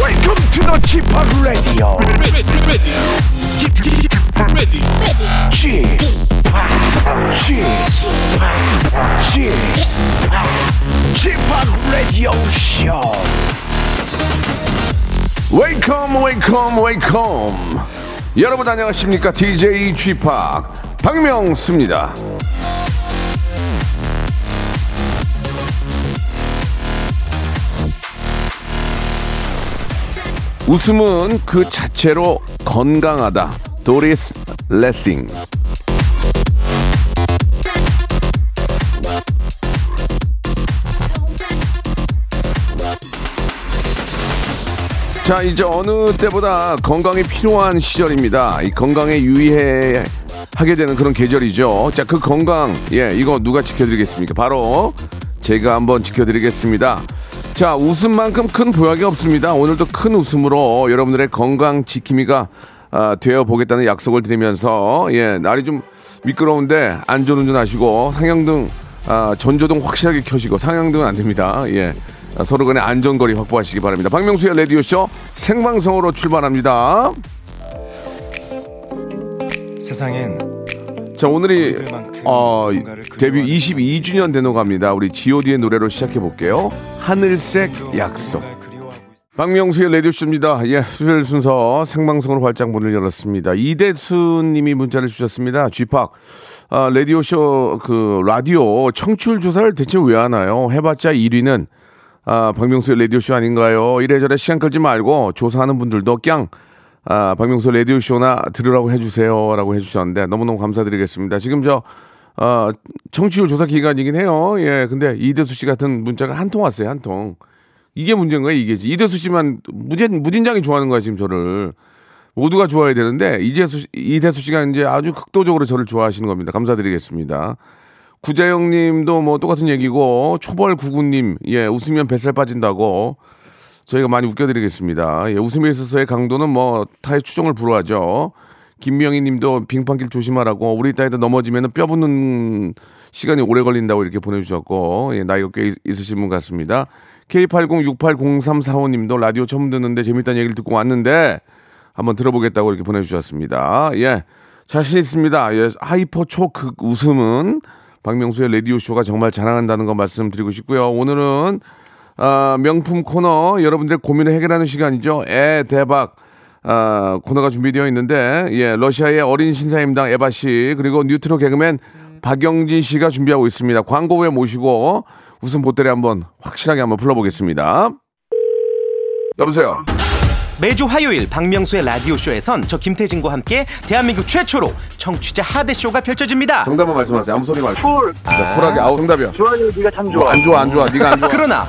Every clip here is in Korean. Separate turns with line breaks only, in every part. Welcome to the g p o p Radio.
ready, ready, ready,
g p o p G p o p Radio Show.
웨이컴 웨이컴 웨이컴 여러분 안녕하십니까 DJ g p o p 박명수입니다 웃음은 그 자체로 건강하다 도리스 레싱 자 이제 어느 때보다 건강이 필요한 시절입니다. 이 건강에 유의해 하게 되는 그런 계절이죠. 자 그 건강 예 이거 누가 지켜드리겠습니까? 바로 제가 한번 지켜드리겠습니다. 자 웃음만큼 큰 보약이 없습니다. 오늘도 큰 웃음으로 여러분들의 건강 지킴이가 아, 되어 보겠다는 약속을 드리면서 예 날이 좀 미끄러운데 안전운전 하시고 상향등 아, 전조등 확실하게 켜시고 상향등은 안 됩니다. 예. 아, 서로 간의 안전거리 확보하시기 바랍니다. 박명수의 라디오쇼 생방송으로 출발합니다.
세상엔
자, 오늘이 어, 데뷔 22주년 된호갑니다. 우리 god의 노래로 시작해볼게요. 하늘색 약속. 박명수의 레디오쇼입니다. 예, 수요일 순서 생방송으로 활짝 문을 열었습니다. 이대수님이 문자를 주셨습니다. 쥐팍. 아, 레디오쇼, 그, 라디오 청출 조사를 대체 왜 하나요? 해봤자 1위는, 아, 박명수의 레디오쇼 아닌가요? 이래저래 시간 끌지 말고 조사하는 분들도 깡, 아, 박명수 레디오쇼나 들으라고 해주세요. 라고 해주셨는데 너무너무 감사드리겠습니다. 지금 저, 아, 청취율 조사 기간이긴 해요. 예, 근데 이대수 씨 같은 문자가 한 통 왔어요. 한 통. 이게 문제인 거예요, 이게. 이대수 씨만 무진, 무진장이 좋아하는 거야, 지금 저를. 모두가 좋아야 되는데, 이재수, 씨- 이대수 씨가 이제 아주 극도적으로 저를 좋아하시는 겁니다. 감사드리겠습니다. 구자영 님도 뭐 똑같은 얘기고, 초벌 구구님, 예, 웃으면 뱃살 빠진다고, 저희가 많이 웃겨드리겠습니다. 예, 웃음에 있어서의 강도는 뭐 타의 추종을 불허하죠. 김명희 님도 빙판길 조심하라고 우리 따위도 넘어지면 뼈 붙는 시간이 오래 걸린다고 이렇게 보내주셨고 예, 나이가 꽤 있- 있으신 분 같습니다. K80680345 님도 라디오 처음 듣는데 재밌다는 얘기를 듣고 왔는데 한번 들어보겠다고 이렇게 보내주셨습니다. 예. 자신 있습니다. 예. 하이퍼 초극 웃음은 박명수의 라디오쇼가 정말 자랑한다는 거 말씀드리고 싶고요. 오늘은 아, 명품 코너 여러분들의 고민을 해결하는 시간이죠. 에 대박 아, 코너가 준비되어 있는데 예 러시아의 어린 신사임당 에바 씨 그리고 뉴트로 개그맨 박영진 씨가 준비하고 있습니다. 광고 후에 모시고 웃음 보따리 한번 확실하게 한번 불러보겠습니다. 여보세요.
매주 화요일 박명수의 라디오 쇼에선 저 김태진과 함께 대한민국 최초로 청취자 하대 쇼가 펼쳐집니다.
정답만 말씀하세요. 아무 소리 말고. 네, 쿨하게 아우 정답이야.
좋아요, 네가 참 좋아.
뭐, 안 좋아 안 좋아. 네가 안 좋아.
그러나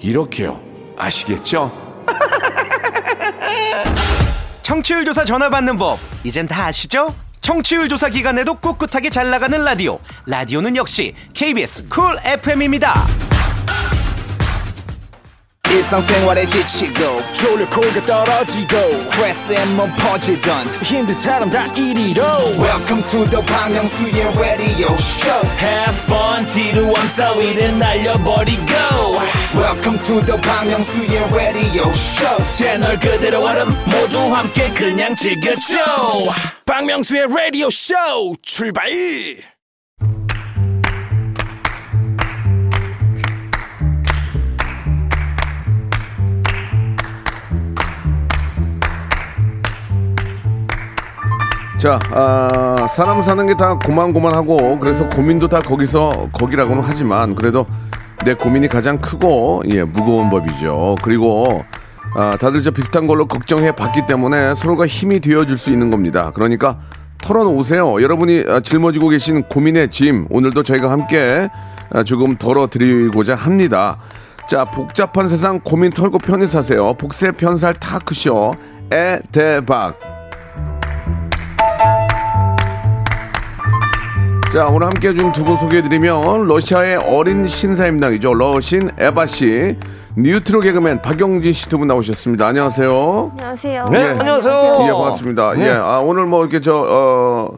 이렇게요. 아시겠죠?
청취율 조사 전화 받는 법 이젠 다 아시죠? 청취율 조사 기간에도 꿋꿋하게 잘 나가는 라디오. 라디오는 역시 KBS 쿨 FM입니다.
일상생활에 지치고, 졸려 코가 떨어지고, 스트레스에 몸 퍼지던, 힘든 사람 다 이리로. welcome to the Bang Myung-soo's radio show
Have fun 지루함 따위를 날려버리고
welcome to the Bang Myung-soo's radio show
채널 그대로 얼음 모두 함께 그냥 즐겨줘 박명수의 라디오 쇼 출발
자, 아, 사람 사는 게 다 고만고만하고 그래서 고민도 다 거기서 거기라고는 하지만 그래도 내 고민이 가장 크고 예 무거운 법이죠. 그리고 아, 다들 저 비슷한 걸로 걱정해 봤기 때문에 서로가 힘이 되어줄 수 있는 겁니다. 그러니까 털어놓으세요. 여러분이 아, 짊어지고 계신 고민의 짐 오늘도 저희가 함께 아, 조금 덜어드리고자 합니다. 자, 복잡한 세상 고민 털고 편히 사세요. 복세 편살 타크쇼 에 대박. 자, 오늘 함께 해준 두 분 소개해드리면 러시아의 어린 신사임당이죠. 러신 에바 씨, 뉴트로 개그맨 박영진 씨 두 분 나오셨습니다. 안녕하세요.
안녕하세요.
네,
예.
어.
안녕하세요.
예, 반갑습니다. 예, 아, 오늘 뭐 이렇게 저, 어,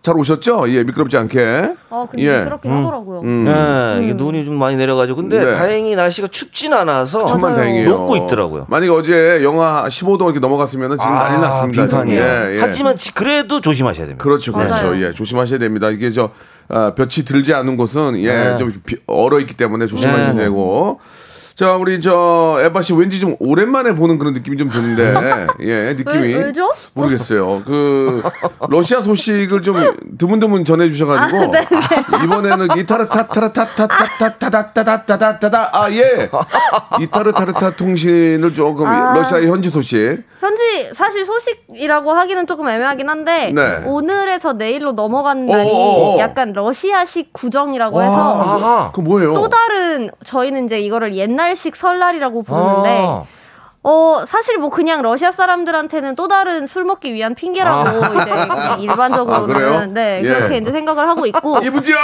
잘 오셨죠? 예, 미끄럽지 않게.
어, 근데
예.
그렇긴 하더라고요.
예, 이게 눈이 좀 많이 내려가지고 근데
네.
다행히 날씨가 춥진 않아서
천만 다행이에요.
녹고 있더라고요.
만약에 어제 영하 15도 이렇게 넘어갔으면 지금
아,
난리 났습니다. 지금.
빙판이에요.
예, 예.
하지만 지- 그래도 조심하셔야 됩니다.
그렇죠, 그렇죠.
맞아요.
예, 조심하셔야 됩니다. 이게 저 아, 볕이 들지 않은 곳은 예,
네.
좀 비- 얼어 있기 때문에 조심하셔야
네.
되고. 자, 우리 저 에바 씨 왠지 좀 오랜만에 보는 그런 느낌이 좀 드는데, 예, 느낌이
왜- 왜죠?
모르겠어요. 그 러시아 소식을 좀 드문드문
아,
전해주셔가지고
네,
아, 이번에는 이타르타타라타타타타타타타타타타타 아 예, 이타르타르타 통신을 조금
아.
러시아의 현지 소식.
현지 사실 소식이라고 하기는 조금 애매하긴 한데
네.
오늘에서 내일로 넘어간 날이
어어어.
약간 러시아식 구정이라고 해서
와, 그 뭐예요?
또 다른 저희는 이제 이거를 옛날식 설날이라고 부르는데
아.
어 사실 뭐 그냥 러시아 사람들한테는 또 다른 술 먹기 위한 핑계라고 이제 그냥
아. 그래요?
일반적으로는 네
예.
그렇게 이제 생각을 하고 있고
이브지업!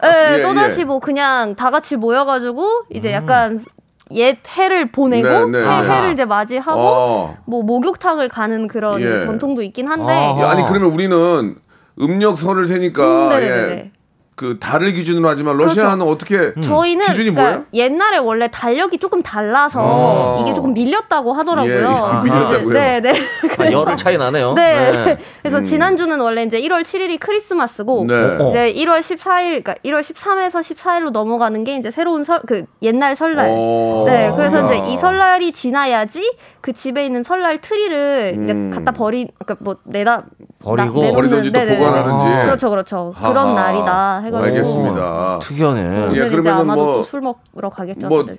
네,
예,
또다시
예.
뭐 그냥 다 같이 모여가지고 이제 약간 옛 해를 보내고
네, 네,
새
네.
해를 이제 맞이하고
어.
뭐 목욕탕을 가는 그런
예.
전통도 있긴 한데
아하.
야, 아니 그러면 우리는 음력설을 세니까
음, 네네네. 그렇죠.
예. 그 달을 기준으로 하지만 러시아는 어떻게
음.
저희는 그러니까
기준이 뭐예요?
옛날에 원래 달력이 조금 달라서
어.
이게 조금 밀렸다고 하더라고요.
예, 이게 밀렸다고요? 음.
네, 네.
아, 열흘 차이 나네요.
네.
네.
그래서 지난주는 원래 이제 1월 7일이 크리스마스고
네.
어.
이제 1월 14일, 그러니까 1월 13에서 14일로 넘어가는 게 이제 새로운 설, 그 옛날 설날.
어.
네, 그래서 이제 이
야.
설날이 지나야지 그 집에 있는 설날 트리를
음.
이제 갖다 버리, 그러니까 뭐 내다
버리고
나- 내놓는-
버리든지 또
네네네.
보관하든지.
그렇죠, 그렇죠.
아하.
그런 날이다 해가지고
알겠습니다.
특이하네.
예,
오늘 이제
그러면은
아마도
뭐-
또 술 먹으러 가겠죠.
뭐
다들.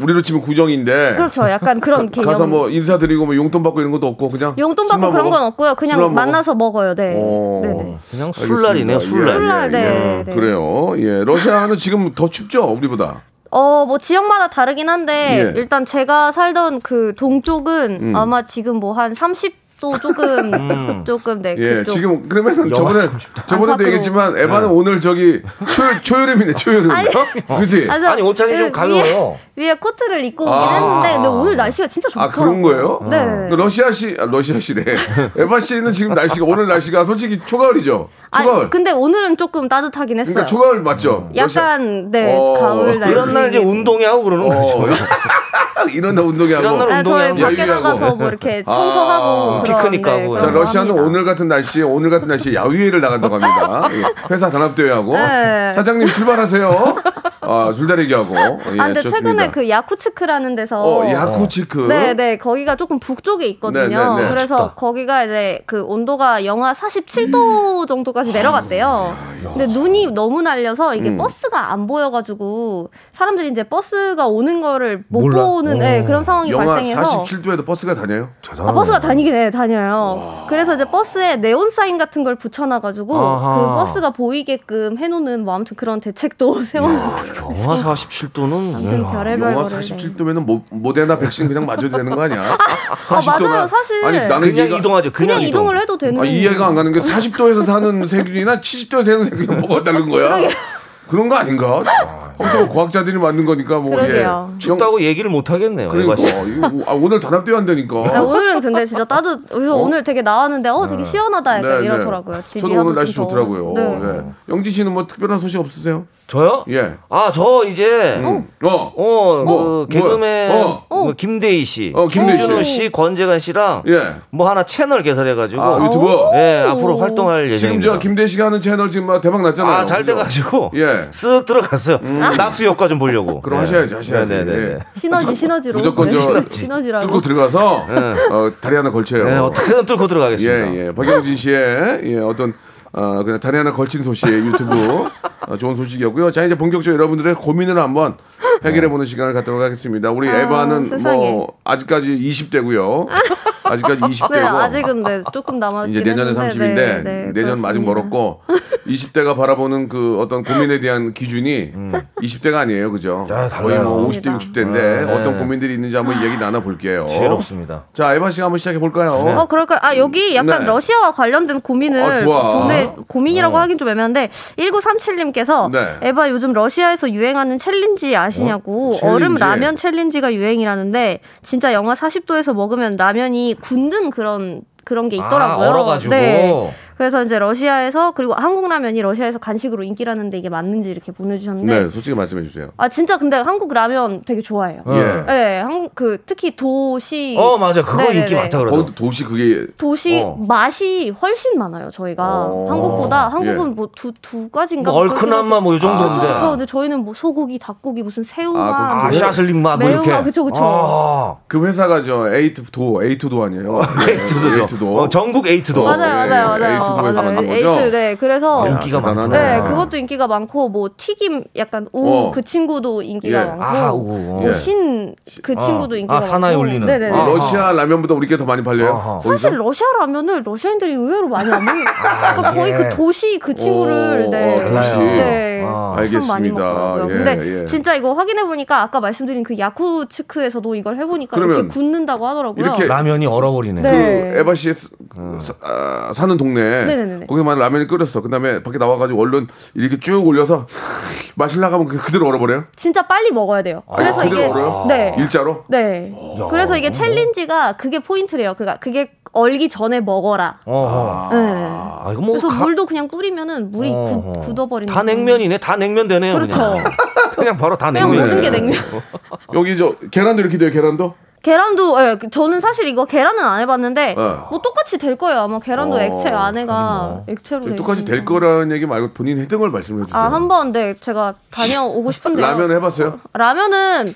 우리로 치면 구정인데
그렇죠, 약간 그런 개념.
가서 뭐 인사드리고 뭐 용돈 받고 이런 것도 없고 그냥
용돈 받고
술만
그런
먹어?
건 없고요.
술만
그냥
먹어?
만나서 먹어요. 네.
어.
네네.
그냥
알겠습니다.
술날이네요, 음. 술날.
예. 술날, 네, 네.
그래요. 예. 러시아는 지금 더 춥죠, 우리보다.
어, 뭐 지역마다 다르긴 한데
예.
일단 제가 살던 그 동쪽은
음.
아마 지금 뭐 한 30도 조금 조금 네.
예,
그쪽.
지금 그러면 저번에 저번에도
안팎으로.
얘기했지만
네.
에바는 오늘 저기 초, 초여름이네, 초여름.
아니.
그지?
아, 저-
예. 아니 옷차림이
그
예,
좀 가벼워요.
위에, 위에 코트를 입고 오긴
아.
했는데 근데 오늘 날씨가 진짜 좋더라고요.
아 그런 거예요?
네.
그 러시아 씨, 아, 러시아 씨래. 에바 씨는 지금 날씨가 오늘 날씨가 솔직히 초가을이죠.
아,
초가을.
근데 오늘은 조금 따뜻하긴 했어요.
그러니까 초가을 맞죠?
약간 네
어.
가을 날씨.
이런
예.
날 이제 운동회 하고 그러는
러시아.
어.
거죠.
어, 이런 날
이런
운동이하고.
날
아, 저희
운동회하고
밖에
야유회하고.
나가서 뭐 이렇게 청소하고
아.
그런 네,
피크닉 가고.
그런
자,
거
러시아는
합니다.
오늘 같은 날씨에 오늘 같은 날씨에 야유회를 나간다고 합니다. 예, 회사 단합대회하고
네.
사장님 출발하세요. 아, 줄다리기하고. 예,
아, 근데 최근에
좋습니다.
그 야쿠츠크라는 데서
어, 야쿠치크.
네, 네. 거기가 조금 북쪽에 있거든요.
네, 네, 네.
그래서
춥다.
거기가 이제 그 온도가 영하 47도 정도까지 내려갔대요.
아,
근데 눈이 너무 날려서 이게
음.
버스가 안 보여가지고 사람들이 이제 버스가 오는 거를 못
몰라.
보는 네, 그런 상황이
어. 영하
발생해서
47도에도 버스가 다녀요.
아, 버스가 다니긴 해 다녀요. 그래서 이제 버스에 네온 사인 같은 걸 붙여놔가지고
아하.
그 버스가 보이게끔 해놓는 뭐 아무튼 그런 대책도 세워놓고
영하 47도는
아무튼 별의별
영하
거를, 네.
47도면은 모, 모데나 백신 그냥 맞아도 되는 거 아니야? 40도 나-
맞아요, 사실.
아니 나는
그냥
이해가,
이동하죠. 그냥,
그냥
이동.
이동을 해도 되는
아, 이해가 안 가는 게 40도에서 사는 세균이나 70도에서 사는 세균이 뭐가 다른 거야? 그런 거 아닌가? 아무튼 과학자들이 만든 거니까 뭐 예.
그러게요.
춥다고 얘기를 못 하겠네요.
그러니까
에바 씨.
이거 뭐- 아, 오늘 단합대회
아,
한다니까.
오늘은 근데 진짜 따뜻. 그래서 오늘 되게 나왔는데 어 되게 시원하다 약간
네,
이러더라고요.
네.
집이
저도 오늘
하도
날씨
좀
좋더라고요.
더워. 네.
예. 영지 씨는 뭐 특별한 소식 없으세요?
저요?
예.
아, 저 이제
음. 어.
어,
뭐,
그 개그맨
뭐야? 어.
뭐 김대희 씨,
어, 김대희
김준호
씨.
씨, 권재관 씨랑
예.
뭐 하나 채널 개설해 가지고
아, 유튜브.
어?
예, 앞으로 활동할
지금 저
예정입니다.
김대희 씨가 하는 채널 지금 막 대박 났잖아요.
아, 잘
그죠?
돼 가지고
예. 음.
쓱 들어갔어요. 낙수 효과 좀 보려고.
그럼
네.
하셔야지, 하셔야지.
네, 네, 네, 네.
예.
시너지 시너지로
무조건
네,
저
시너지, 라고
뚫고 들어가서 어, 다리 하나 걸쳐요.
네, 어떻게든 뚫고 들어가겠습니다.
예, 예. 박영진 씨의 예, 어떤 어, 그냥 다리 하나 걸친 소식 유튜브 어, 좋은 소식이었고요. 자 이제 본격적으로 여러분들의 고민을 한번 해결해 보는 시간을 갖도록 하겠습니다. 우리 에바는
아, 세상에.
뭐 아직까지 20대고요. 아직까지 20대고
네, 아직은 네, 조금 남았긴
이제 내년에
했는데,
30인데
네, 네,
내년 아직
그렇습니다.
멀었고 20대가 바라보는 그 어떤 고민에 대한 기준이 20대가 아니에요, 그죠? 거의
야, 음. 달라요.
뭐 50대, 60대인데
네.
어떤 고민들이 있는지 한번 얘기 나눠 볼게요.
괴롭습니다. 네.
자, 에바 씨가 한번 시작해
어,
볼까요?
그럴까요? 아, 여기 약간
네.
러시아와 관련된 고민을.
어, 좋아. 어.
보내- 고민이라고 하긴 좀 애매한데, 1937님께서,
네.
에바 요즘 러시아에서 유행하는 챌린지 아시냐고,
어? 챌린지.
얼음 라면 챌린지가 유행이라는데, 진짜 영하 40도에서 먹으면 라면이 굳는 그런, 그런 게 있더라고요.
아, 얼어가지고.
네. 그래서 이제 러시아에서, 그리고 한국 라면이 러시아에서 간식으로 인기라는데 이게 맞는지 이렇게 보내주셨는데,
네, 솔직히 말씀해 주세요.
아, 진짜 근데 한국 라면 되게 좋아해요.
어.
예.
네, 한국, 그, 특히 도시.
어 맞아 그거
네,
인기
네, 네.
많다 그러더라고.
거기도 도시 그게
도시
어.
맛이 훨씬 많아요 저희가
어.
한국보다
예.
한국은 뭐 두 두 가지인가
뭐 얼큰한 맛 뭐 이 정도인데.
그렇 근데 저희는 뭐 소고기, 닭고기, 무슨 새우맛,
아,
아,
뭐
샤슬링 맛, 뭐
매운
이렇게.
맛, 그쵸, 그쵸.
아,
그 회사가 저 에이트도 에이트도
어,
아니에요?
에이트도.
예. 에이트도.
어, 전국 에이트도.
맞아요,
예,
맞아요, 맞아요.
에이트도에서
맞아요.
만난 거죠?
에이트, 네, 그래서
아, 인기가
대단하네.
많구나.
네, 그것도 인기가 많고 뭐 튀김 약간 우
어.
그 친구도 인기가
예.
아,
많고 뭐
오.
예.
신 그
아.
친구도 인기가
아, 사나이
많고.
올리는.
네네.
아.
러시아 라면보다 우리 게 더 많이 팔려요?
아하.
거기서?
사실 러시아 라면을 러시아인들이 의외로 많이 안 먹는. 그러니까 거의
예.
그 도시 그 친구를
오,
네.
어, 도시.
네.
아,
참 많이
알겠습니다.
먹더라고요.
예,
근데
예.
진짜 이거 확인해 보니까 아까 말씀드린 그 야쿠츠크에서도 이걸 해보니까
그러면
이렇게 굳는다고 하더라고요.
이렇게-
라면이 얼어버리네.
네.
그 에바 씨
음.
사, 아, 사는 동네
네네네네.
거기만 라면을 끓였어. 그다음에 밖에 나와가지고 얼른 이렇게 쭉 올려서 마실라 가면 그대로 얼어버려요.
진짜 빨리 먹어야 돼요.
아,
그래서
아, 그대로
이게
얼어요? 아.
네.
일자로.
네. 그래서 이게 챌린지가 그게 포인트래요. 그가 그게 얼기 전에 먹어라.
어허.
네.
아, 이거 뭐
그래서
가-
물도 그냥 뿌리면은 물이
어허.
굳, 굳어버리는.
다 냉면이네. 다 냉면 되네요.
그렇죠.
그냥, 그냥 바로 다 어.
그냥
냉면.
모든 게 냉면.
여기 저 계란도 이렇게 돼요. 계란도.
계란도 예, 그- 저는 사실 이거 계란은 안 해봤는데
어.
뭐 똑같이 될 거예요 아마 계란도
어,
액체 안에가 액체로 돼
똑같이 될
있으니까.
거라는 얘기 말고 본인 했던 걸 말씀해 주세요.
네. 아 한번 네 제가 다녀오고 싶은데
라면 해봤어요?
라면은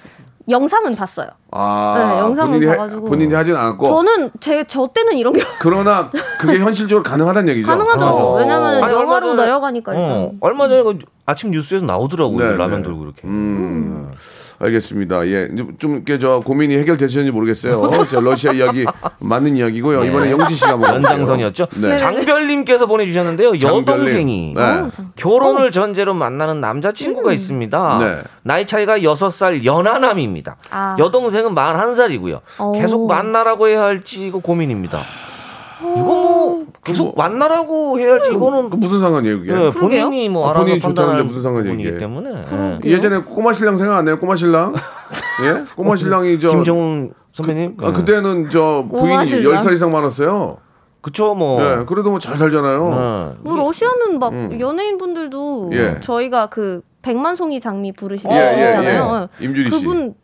영상은 봤어요.
아
네, 영상은
본인이
봐가지고.
본인이 하진 않았고.
저는 제 저 때는 이런 게
그러나 그게 현실적으로 가능하다는 얘기죠.
가능하죠.
어.
왜냐면
아니, 얼마
영화로
전에-
내려가니까 일단.
어, 얼마 전에 그 아침 뉴스에서 나오더라고요.
네,
라면
네.
들고 이렇게.
음, 알겠습니다. 예, 이제 좀 이렇게 저 고민이 해결되셨는지 모르겠어요. 저 러시아 이야기 맞는 이야기고요. 이번에 영지 씨가 한번
네. 연장선이었죠.
네.
장별님께서 보내주셨는데요.
장별님.
여동생이
어,
네.
결혼을 전제로 만나는 남자친구가
음.
있습니다.
네.
나이 차이가 6살 연하남입니다.
아. 어.
여동생은 41살이고요.
오.
계속 만나라고 해야 할지 이거 고민입니다. 이거
어.
뭐 계속 만나라고
음.
해야 할지 이거는
그 무슨 상관이에요, 그게?
예,
그러게요.
본인이 뭐
아,
알아서
본인이 좋다는데
판단할
무슨 상관이에요,
부분이기
이게.
때문에 예.
예전에 꼬마 신랑 생각 안 해요? 꼬마 신랑? 예? 꼬마 신랑이 저
김정은 선배님 예.
아, 그때는 저
꼬마
부인이
신랑?
10살 이상 많았어요.
그쵸 뭐
예. 그래도 뭐 잘 살잖아요.
예.
뭐 러시아는 막 연예인분들도
음. 예.
저희가 그 백만송이 장미 부르시는
예,
분잖아요
예, 예. 임주리 씨.
그분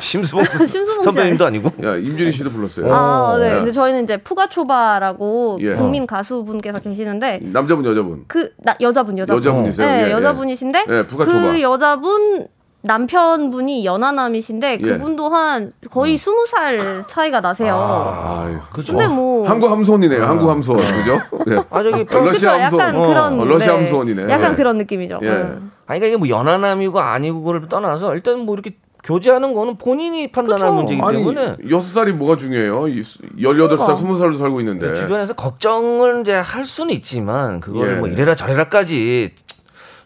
심수봉
심수봉 씨
선배님도 아니고
야, 임준희 씨도 불렀어요.
아, 네.
예.
근데 저희는 이제 푸가초바라고
예.
국민 가수분께서 계시는데
남자분 여자분.
그 나, 여자분 여자분
여자분이세요?
네,
예, 예.
여자분이신데
예, 부가초바.
그 여자분 남편분이 연하남이신데
예. 음.
그분도 한 거의 스무 살 차이가 나세요.
아유. 어.
그죠
근데 뭐
한국 함손이네요. 한국 함손. 그죠? 예.
아 저기
어, 그쵸?
러시아 함손.
약간
어,
그런
러시아 함수원이네.
약간
예.
그런 느낌이죠.
예.
음.
아니 그러니까 이게 뭐 연하남이고 아니고 그걸 떠나서 일단 뭐 이렇게 교제하는 거는 본인이 판단할
그쵸.
문제이기
아니
때문에
여섯 살이 뭐가 중요해요? 이 수- 열여덟 살,
그러니까.
스무 살로 살고 있는데
주변에서 걱정을 이제 할 수는 있지만 그걸
예.
뭐 이래라 저래라까지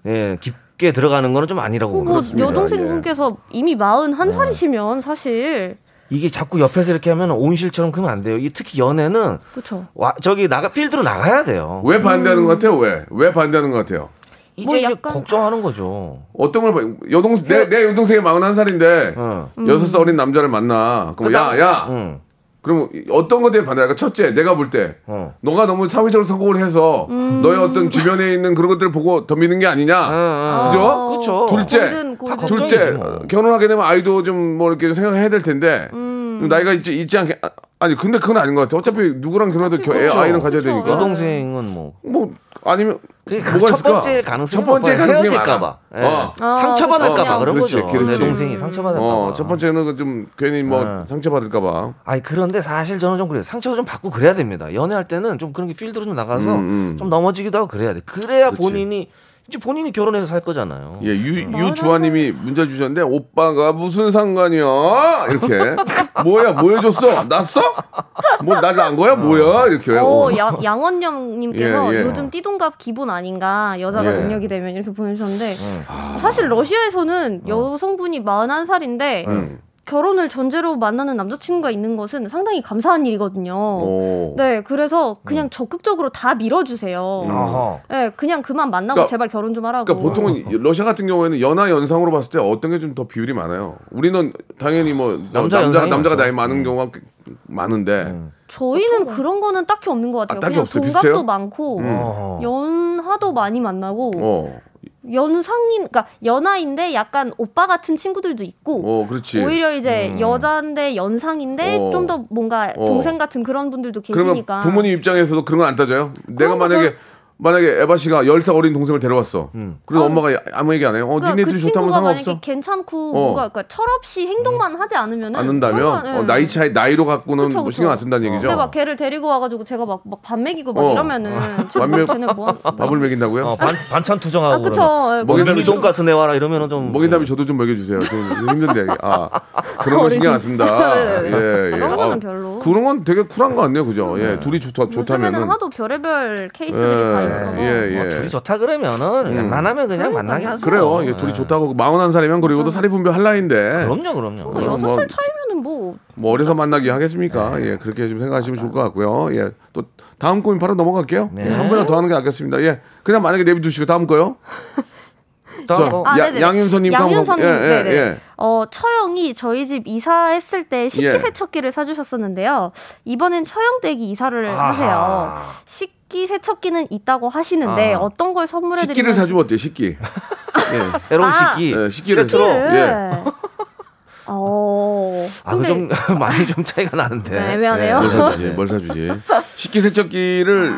예 깊게 들어가는 거는 좀 아니라고
뭐
봅니다.
예. 아.
여동생분께서 이미 마흔 한 살이시면 사실
이게 자꾸 옆에서 이렇게 하면 온실처럼 그러면 안 돼요. 이 특히 연애는
그렇죠.
와 저기 나가 필드로 나가야 돼요.
왜 반대하는
음.
것 같아요? 왜? 왜 반대하는 것 같아요?
이제
뭐
이제
약간-
걱정하는 거죠.
어떤 걸 봐- 여동 내, 내 여동생이 41살인데
응.
음.
여섯 살 어린 남자를 만나. 그럼
그러니까
야, 야.
응.
그럼 어떤 것에 반대할까? 첫째, 내가 볼 때.
음. 어.
너가 너무 사회적으로 성공을 해서
음.
너의 어떤 주변에 있는 그런 것들을 보고 덤비는 게 아니냐.
응.
그죠?
어,
그쵸.
둘째,
골든, 골든.
다 걱정이지,
둘째
뭐.
결혼하게 되면 아이도 좀 뭐 이렇게 생각해야 될 텐데
음.
나이가 있지 있지 않게 아, 아니 근데 그건 아닌 것 같아. 어차피 누구랑 결혼해도 겨- 애, 아이는 가져야
그렇죠.
되니까.
여동생은 뭐
뭐 아니면
그게 그
뭐가
첫
있을까?
번째 가능성이
그러니까 첫 번째
높아요.
가능성이
헤어질까봐
많아. 어.
예. 상처받을까봐
어,
그런
그렇지,
거죠
그렇지.
내 동생이 상처받을까봐
어, 첫 번째는 좀 괜히 뭐
네.
상처받을까봐.
아니 그런데 사실 저는 좀 그래요 상처도 좀 받고 그래야 됩니다 연애할 때는 좀 그런 게 필드로 좀 나가서
음, 음.
좀 넘어지기도 하고 그래야 돼 그래야
그치.
본인이 이제 본인이 결혼해서 살 거잖아요.
예, 유,
음.
유주아님이 문자 주셨는데 오빠가 무슨 상관이야? 이렇게 뭐야 뭐 해줬어? 났어? 뭐날난 거야? 뭐야? 이렇게
오,
어.
양, 양원영님께서
예, 예.
요즘 띠동갑 기본 아닌가 여자가
예. 음. 아.
능력이 되면 이렇게 보내주셨는데 사실 러시아에서는 여성분이 41살인데
어. 음.
결혼을 전제로 만나는 남자친구가 있는 것은 상당히 감사한 일이거든요.
오. 음.
네, 그래서 그냥 적극적으로 다 밀어주세요.
아하.
네, 그냥 그만 만나고
그러니까-
제발 결혼 좀 하라고.
그러니까
어.
보통은 러시아 같은 경우에는 연하 연상으로 봤을 때 어떤 게 좀 더 비율이 많아요. 우리는 당연히 뭐
남자
남자 남자가
연상이
남자가
많죠. 음.
나이 많은 경우가 꽤 많은데
저희는 그런 거는 딱히 없는 것 같아요.
아, 딱히
그냥
없어요?
동갑도
비슷해요? 음.
많고
어허.
연하도 많이 만나고
어.
연상인, 그러니까 연하인데 약간 오빠 같은 친구들도 있고
어, 그렇지.
오히려 이제 여자인데 연상인데
어.
좀 더 뭔가
어.
동생 같은 그런 분들도
그러면
계시니까
부모님 입장에서도 그런 건 안 따져요. 내가
그런
만약에 만약에 에바 씨가 10살 어린 동생을 데려왔어.
음.
그래서 엄마가 아무 얘기 안 해요. 어,
그러니까
니네
그
둘이 좋다면
친구가 만약에
상관없어.
괜찮고
어. 음.
뭔가 그러니까 철없이 행동만 하지 않으면은
않는다면
그러면,
어,
예.
나이 차이 나이로 갖고는
그쵸,
뭐
그쵸. 어.
신경 안 쓴다는 얘기죠.
근데 막 걔를 데리고 와가지고 제가 막막밥 먹이고 막
어.
이러면은
밥 먹- 아,
쟤는 뭐 하는-
밥을 먹인다고요?
어, 반, 반찬 투정하고
아 그쵸
그러면.
예,
먹인
미니 돈가스 내와라 이러면은 좀
음. 먹인 다음에 저도 좀 먹여주세요. 좀 힘든데 아 그런 건 신경 안 쓴다.
네, 네,
예, 예.
그런 거는
아,
별로.
그런 건 되게 쿨한 거 같네요, 그죠? 예, 둘이 좋다
요즘에는
좋다면은
하도 별의별
예,
케이스들이 다 있어서
예,
뭐
예.
둘이 좋다 그러면은 웬만하면 그냥 만나게 하세요.
음. 그래요. 예, 둘이 좋다고 41살이면
음.
그리고도 사리분별 할라인데
그럼요, 그럼요.
뭐 여섯
뭐-
살 차이면은 뭐
뭐 어려서 만나기 하겠습니까?
네.
예, 그렇게 좀 생각하시면 좋을 것 같고요. 예, 또 다음 고민 바로 넘어갈게요.
네.
예, 한 분이나 더 하는 게 낫겠습니다. 예, 그냥 만약에 내비두시고 다음 거요.
자,
저,
뭐,
아,
야-
네네네.
양윤서님도 한번-
양윤서님,
예, 예,
네네.
예.
어, 처형이 저희 집 이사했을 때
예.
식기세척기를 사주셨었는데요. 이번엔 처형댁이 이사를 하세요.
아하.
식기세척기는 있다고 하시는데
아.
어떤 걸 선물해드리면
식기를 사주면 어때요? 식기.
새로운
아.
식기.
예, 식기를
세트로.
사주면. 예.
네. 어.
아, 그 좀 많이 좀 차이가 나는데. 예.
네, 애매하네요.
어.
뭘 사주지? 뭘 사주지? 식기세척기를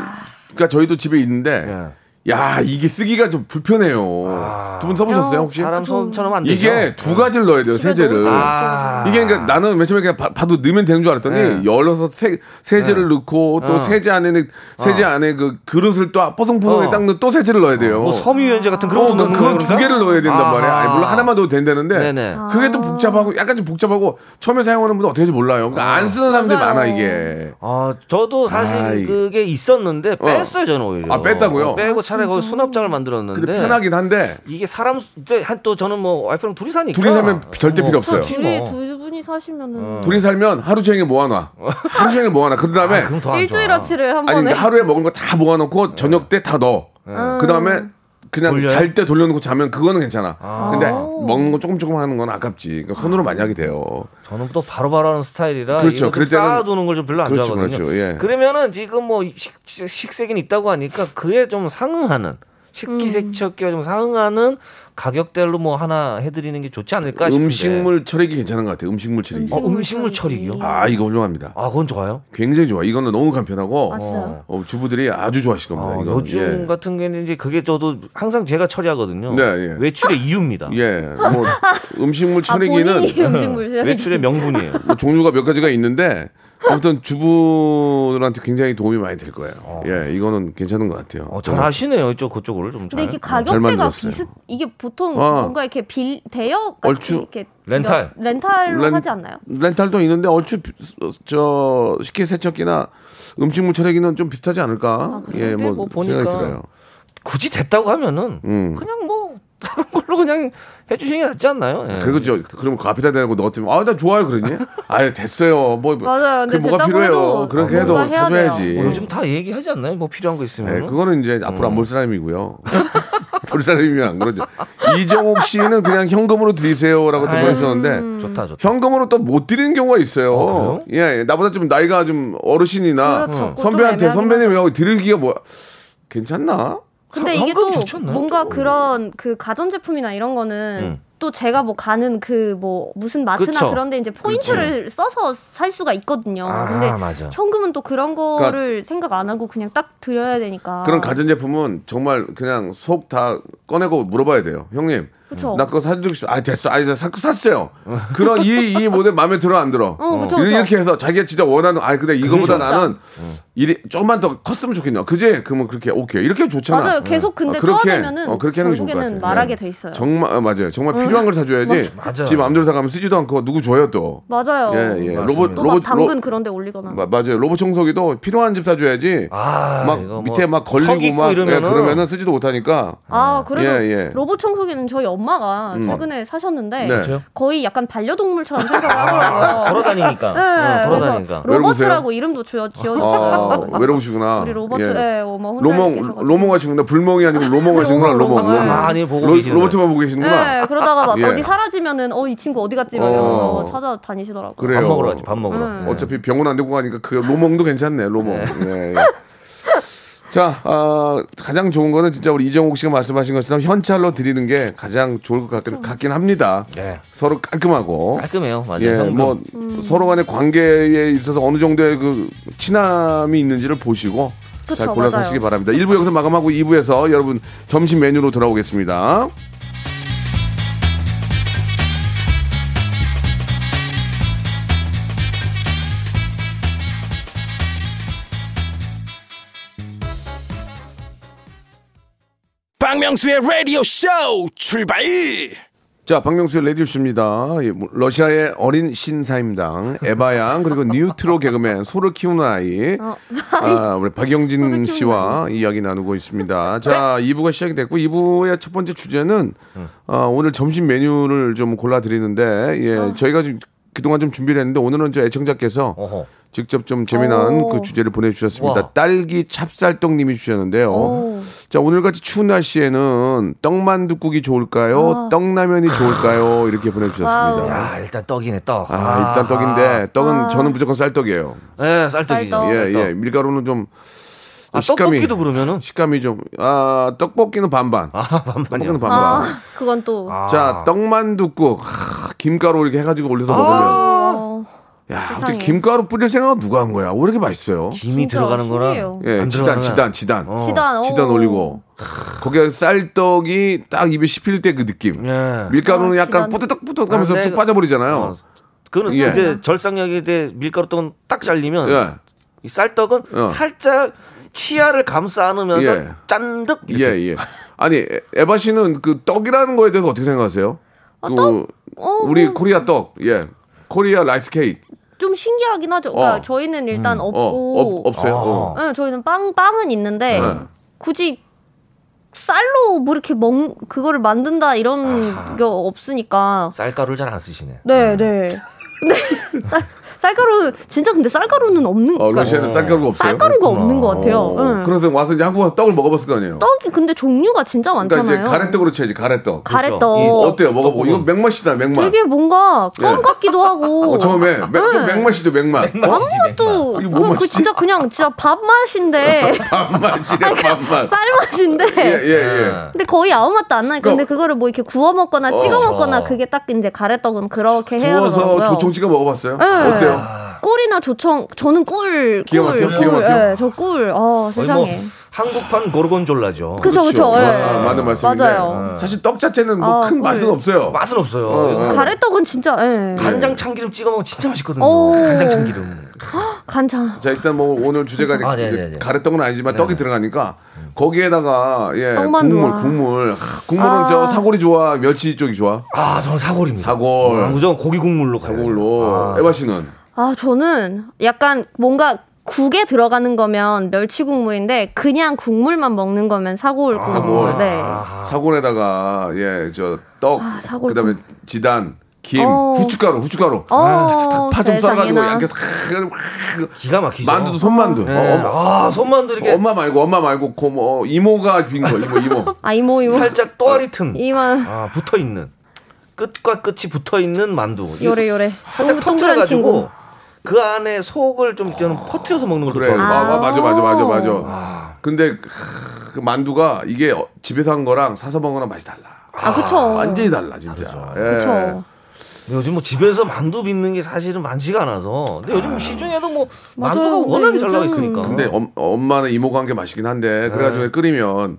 그러니까 저희도 집에
예.
있는데 야 이게 쓰기가 좀 불편해요.
아.
두 분 써보셨어요 혹시?
사람 손처럼 안 되죠.
이게 두 가지를 넣어야 돼요
집에
세제를.
너무 다-
아.
이게 그러니까 나는 맨 처음에 그냥 봐- 봐도 넣으면 되는 줄 알았더니
네.
열어서 세, 세제를 넣고 또
어.
세제 안에는 세제 안에 그 그릇을 또 뽀송뽀송에
어.
딱 넣고 또 세제를 넣어야 돼요.
뭐 섬유유연제 같은 그런
어,
거 넣는
그걸
거예요,
두
그러니까?
개를 넣어야 된단
아하.
말이야. 아니, 물론 하나만 넣어도 된다는데
네네.
그게 또 복잡하고 약간 좀 복잡하고 처음에 사용하는 분은 어떻게 할지 몰라요. 그러니까 안 쓰는 사람들이
맞아요.
많아 이게.
아, 저도 사실
아이.
그게 있었는데 뺐어요, 저는 오히려.
아, 뺐다고요?
어, 빼고 차라리 거기
아,
수납장을 만들었는데.
근데 편하긴 한데
이게 사람 한또 저는 뭐 와이프랑 둘이 사니까.
둘이 살면 절대 필요 없어요.
그렇지
둘이
뭐.
두 분이 사시면은
둘이 살면 하루 종일 모아놔. 하루 종일 모아놔. 그 다음에
어. 아, 그럼 더안 좋아.
일주일어치를 한
아니
번에
그러니까 하루에 먹은 거 다 모아놓고 저녁 때 다 넣어.
아.
그 다음에 그냥
네. 돌려요?
잘 때 돌려놓고 자면 그거는 괜찮아. 근데
오.
먹는 거 조금 조금 하는 건 아깝지. 그러니까 손으로 많이 하게 돼요.
저는 또 바로바로 하는 스타일이라
그렇죠.
이거 좀
그럴 때는-
쌓아두는 걸 좀 별로 안
그렇죠,
좋아하거든요.
그렇죠, 예.
러면은 지금 뭐 식, 식색이 있다고 하니까 그에 좀 상응하는 식기세척기와 좀 상응하는 가격대로 뭐 하나 해드리는 게 좋지 않을까 싶은데.
음식물 처리기 괜찮은 것 같아요. 음식물 처리기.
어, 음식물 처리기요?
아 이거 훌륭합니다.
아 그건 좋아요.
굉장히 좋아. 이거는 너무 간편하고
아, 진짜요?
어, 주부들이 아주 좋아하실 겁니다.
아,
네, 이거는.
요즘 같은 경우는 이제 그게 저도 항상 제가 처리하거든요.
예. 네, 예.
외출의 이유입니다.
예, 예, 뭐 음식물
아,
처리기는
본인이 음식물 처리
외출의 명분이에요.
뭐 종류가 몇 가지가 있는데 아무튼 주부들한테 굉장히 도움이 많이 될 거예요. 예, 이거는 괜찮은 것 같아요.
어, 잘 하시네요. 이쪽 그쪽을 좀
근데
잘.
이게
잘
가격대가
만들었어요.
비슷 이게 보통
아.
뭔가 이렇게 빌 대여 같은
얼추
이렇게
렌탈.
몇- 렌탈로
렌-
하지 않나요?
렌탈도 있는데 얼추 비- 어, 저 식기세척기나 음식물 처리기는 좀 비슷하지
아,
않을까? 예,
근데
뭐,
뭐
생각이
보니까
들어요.
굳이 됐다고 하면은
음.
그냥 뭐 다른 걸로 그냥 해주시는 게 낫지 않나요? 예.
그리고 저 그럼 그 앞에다 대고 너 같으면 아나 좋아요 그러니? 아유 됐어요. 뭐
맞아요.
그게
근데
뭐가
됐다고
필요해요.
해도
그렇게 해도
뭔가 해야
사줘야지.
뭐 요즘 음. 다 얘기하지 않나요? 뭐 필요한 거 있으면.
예, 그거는 이제 앞으로 안 볼 사람이고요. 볼 사람이면 안 그러죠. 이정옥 씨는 그냥 현금으로 드리세요라고 또
아유.
음.
보내주셨는데
좋다 좋다.
현금으로 또 못 드리는 경우가 있어요.
어,
예, 예. 나보다 좀 나이가 좀 어르신이나
그렇죠. 그거 좀
선배한테
애매하긴
선배님 하고 드리기가 뭐 괜찮나?
근데
상-
이게 또
현금 좋지 않나요?
뭔가 그런 그 가전제품이나 이런 거는
음.
또 제가 뭐 가는 그 뭐 무슨 마트나
그쵸.
그런데 이제 포인트를 써서 살 수가 있거든요.
아,
근데
맞아.
현금은 또 그런 거를
그러니까-
생각 안 하고 그냥 딱 드려야 되니까.
그런 가전제품은 정말 그냥 속 다 꺼내고 물어봐야 돼요. 형님,
그쵸.
나 그거 사주고 싶어. 아, 됐어. 아, 이제 사, 샀어요. 그런 이, 이 모델 마음에 들어, 안 들어?
어, 그쵸,
이렇게
그쵸.
해서 자기가 진짜 원하는, 아, 어. 근데 이거보다 나는 일이 조금만 더 컸으면 좋겠냐. 그지? 그러면 그렇게, 오케이. 이렇게 좋잖아. 어,
맞아요. 계속 근데 떠내면은 결국에는 말하게 돼 있어요.
정말, 어, 맞아요. 정말 필요한 걸 사줘야지.
맞아.
지 마음대로 사가면 쓰지도 않고 누구 줘요 또.
맞아요.
예,
네, 음,
예. 로봇,
어. 또 막
로봇,
당근
로,
그런 데 올리거나.
마- 맞아요. 로봇 청소기도 필요한 집 사줘야지.
아,
막
이거 뭐
밑에 막
턱
걸리고
있고
막
이러면은
예, 그러면은 쓰지도 못하니까
아, 그래도
예, 예.
로봇 청소기는 저희 엄마가 최근에 사셨는데
네.
그래요?
거의 약간 반려동물처럼 생각을 하더라고요.
돌아다니니까.
어. 네,
어,
그래서
돌아다니니까.
로봇이라고 이름도 지어
아,
지어줬어요.
외로우시구나.
우리 로봇,
예.
예, 뭐 혼자 이렇게
로몽
계셔가지고.
로몽 하시구나. 불멍이 아니고 로몽 하시구나. 로몽.
로몽.
로몽.
아, 아니, 보고
로,
계시네.
로봇만 보고 계시는구나.
네, 그러다가 막
예.
어디 사라지면은 어 이 친구 어디 갔지 막
어.
이러면서 찾아다니시더라고요.
그래요.
밥 먹으러 가지. 밥 먹으러.
음.
네.
어차피 병원 안 되고 가니까 그 로몽도 괜찮네. 로몽. 예, 예. 자, 아, 가장 좋은 거는 진짜 우리 이정욱 씨가 말씀하신 것처럼 현찰로 드리는 게 가장 좋을 것
음.
같긴, 같긴 합니다.
네.
서로 깔끔하고.
깔끔해요. 맞아요.
예,
현금.
뭐
음.
서로 간의 관계에 있어서 어느 정도의 그 친함이 있는지를 보시고
그쵸,
잘 골라서
맞아요.
하시기 바랍니다. 1부 여기서 마감하고 2부에서 여러분 점심 메뉴로 돌아오겠습니다.
박명수의 라디오 쇼 출발
자, 박명수의 레디오쇼입니다. 예, 뭐, 러시아의 어린 신사임당, 에바양, 그리고 뉴트로 개그맨, 소를 키우는 아이, 아, 우리 박영진 씨와 이야기 나누고 있습니다. 자, 2부가 시작이 됐고, 2부의 첫 번째 주제는, 어, 오늘 점심 메뉴를 좀 골라드리는데, 예, 저희가 지금 그동안 좀 준비를 했는데, 오늘은 저 애청자께서
어허.
직접 좀 재미난
오.
그 주제를 보내주셨습니다.
와.
딸기 찹쌀떡님이 주셨는데요.
오.
자 오늘같이 추운 날씨에는 떡만둣국이 좋을까요?
아.
아.
떡라면이 좋을까요? 이렇게 보내주셨습니다.
야, 일단 떡이네 떡.
아 일단 떡인데 떡은
아.
저는 무조건 쌀떡이에요.
예, 쌀떡이죠.
쌀떡.
예예 밀가루는 좀
아,
식감이-
떡볶이도 그러면은
식감이 좀아 떡볶이는 반반.
아, 반반이야.
떡볶이는 반반.
아, 그건 또.
아.
자 떡만둣국 하, 김가루 이렇게 해가지고 올려서 먹으면
어,
야 어떻게
아. 세상에.
김가루 뿌릴 생각 누가 한 거야? 왜 이렇게 맛있어요?
김이
진짜
들어가는 거랑
신기해요.
예
안
지단
들어가는
지단 지단.
어.
지단, 어.
예. 지단 올리고 거기에 쌀떡이 딱 입에 씹힐 때 그 느낌.
예.
밀가루는
아,
약간
지단.
뿌듯뿌듯하면서
아, 네.
쑥 빠져버리잖아요.
어, 그거는
예.
이제 절삭력에 대해 밀가루 떡은 딱 잘리면
예.
이 쌀떡은
어.
살짝 치아를 감싸 안으면서
예.
짠득
예,
이렇게
예. 아니, 에- 에바 씨는 그 떡이라는 거에 대해서 어떻게 생각하세요? 그
어,
우리
뭐
코리아 떡, 예. 코리아 라이스 케이크.
좀 신기하긴 하죠. 그러니까
어.
저희는
음.
일단
어,
없고.
없, 없어요.
아.
어.
예, 저희는 빵 빵은 있는데
네.
굳이 쌀로 뭐 이렇게 먹 그거를 만든다 이런 게 없으니까.
쌀가루를 잘 안 쓰시네.
네, 네. 근데 쌀, 쌀가루 진짜 근데 쌀가루는 없는
어,
그러니까
러시아는 쌀가루가 없어요.
쌀가루가 없는 것 같아요.
어.
예.
그래서 와서 이제 한국 와서 떡을 먹어봤을 거 아니에요.
떡이 근데 종류가 진짜
그러니까
많잖아요.
이제 가래떡으로 쳐야지, 가래떡.
가래떡.
그렇죠. 이
어때요? 먹어보고. 이건 맥맛이다, 맥맛.
되게 뭔가 껌
예.
같기도 하고.
어, 처음에 맥, 좀
네.
맥맛이죠, 맥맛.
아무것도
이게
그
뭔
그
맛이지?
진짜 그냥 진짜 밥 맛인데
반맛이래, 반맛.
쌀 맛인데
예, 예, 예.
근데 거의 아무 맛도 안 나니까 근데 그거를 뭐 이렇게 구워 먹거나
그러니까 어.
찍어 먹거나 그게 딱 이제 가래떡은 그렇게 해야
구워서
되더라고요.
조청 찍어 먹어봤어요?
예.
어때요?
아,
꿀이나 조청 저는 꿀,
기가
꿀,
막혀요, 기가
꿀,
막혀요.
예, 저꿀, 어
거의 뭐
세상에.
한국판 고르곤졸라죠.
그쵸, 그쵸, 예.
아, 맞는 말씀인데. 예.
맞아요.
사실 떡 자체는 뭐
아,
큰 맛은
꿀.
없어요.
맛은 없어요.
어, 어.
가래떡은 진짜, 예.
간장 참기름 찍어 먹으면 진짜 맛있거든요.
오.
간장 참기름.
간장.
자 일단 뭐 오늘 주제가
아,
이제
네네네.
가래떡은 아니지만 떡이 들어가니까 거기에다가 예
떡만
국물
우와.
국물 하, 국물은 저 사골이 좋아 멸치 쪽이 좋아
아, 저는 사골입니다.
사골.
아, 무조건 고기 국물로 가요.
사골로 에바 씨는
아, 저는 약간 뭔가 국에 들어가는 거면 멸치 국물인데 그냥 국물만 먹는 거면 사골 국물.
아, 사골.
네.
사골에다가 예 저 떡
아, 사골
그다음에 지단 김
어.
후춧가루 후춧가루
어,
아, 파 좀 싸가지고
세상에나. 네.
약간 싹
기가 막히죠.
만두도 손만두
예.
어, 엄마,
아, 손만두 이렇게
엄마 말고 엄마 말고 고모 어, 이모가 빈 거 이모 이모
아, 이모, 이모.
살짝 또아리 틈.
이만
아, 붙어 있는. 끝과 끝이 붙어 있는 만두. 이거
요래 요래.
살짝
동그- 동그란
터트려 가지고
친구.
그 안에 속을 좀 저는 퍼트려서 먹는 걸
그래. 아,
좋아해요.
아, 맞아, 맞아, 맞아, 맞아.
아.
근데 크, 그 만두가 이게 어, 집에서 한 거랑 사서 먹은 거랑 맛이 달라.
아, 그쵸.
완전히 달라 진짜. 예.
그쵸.
근데 요즘 뭐 집에서 만두 빚는 게 사실은 많지가 않아서. 근데 요즘 시중에도 뭐
맞아요.
만두가
근데
워낙에 잘 나와
요즘-
있으니까.
근데 엄, 엄마는 이모가 한 게 맛있긴 한데 그래가지고 끓이면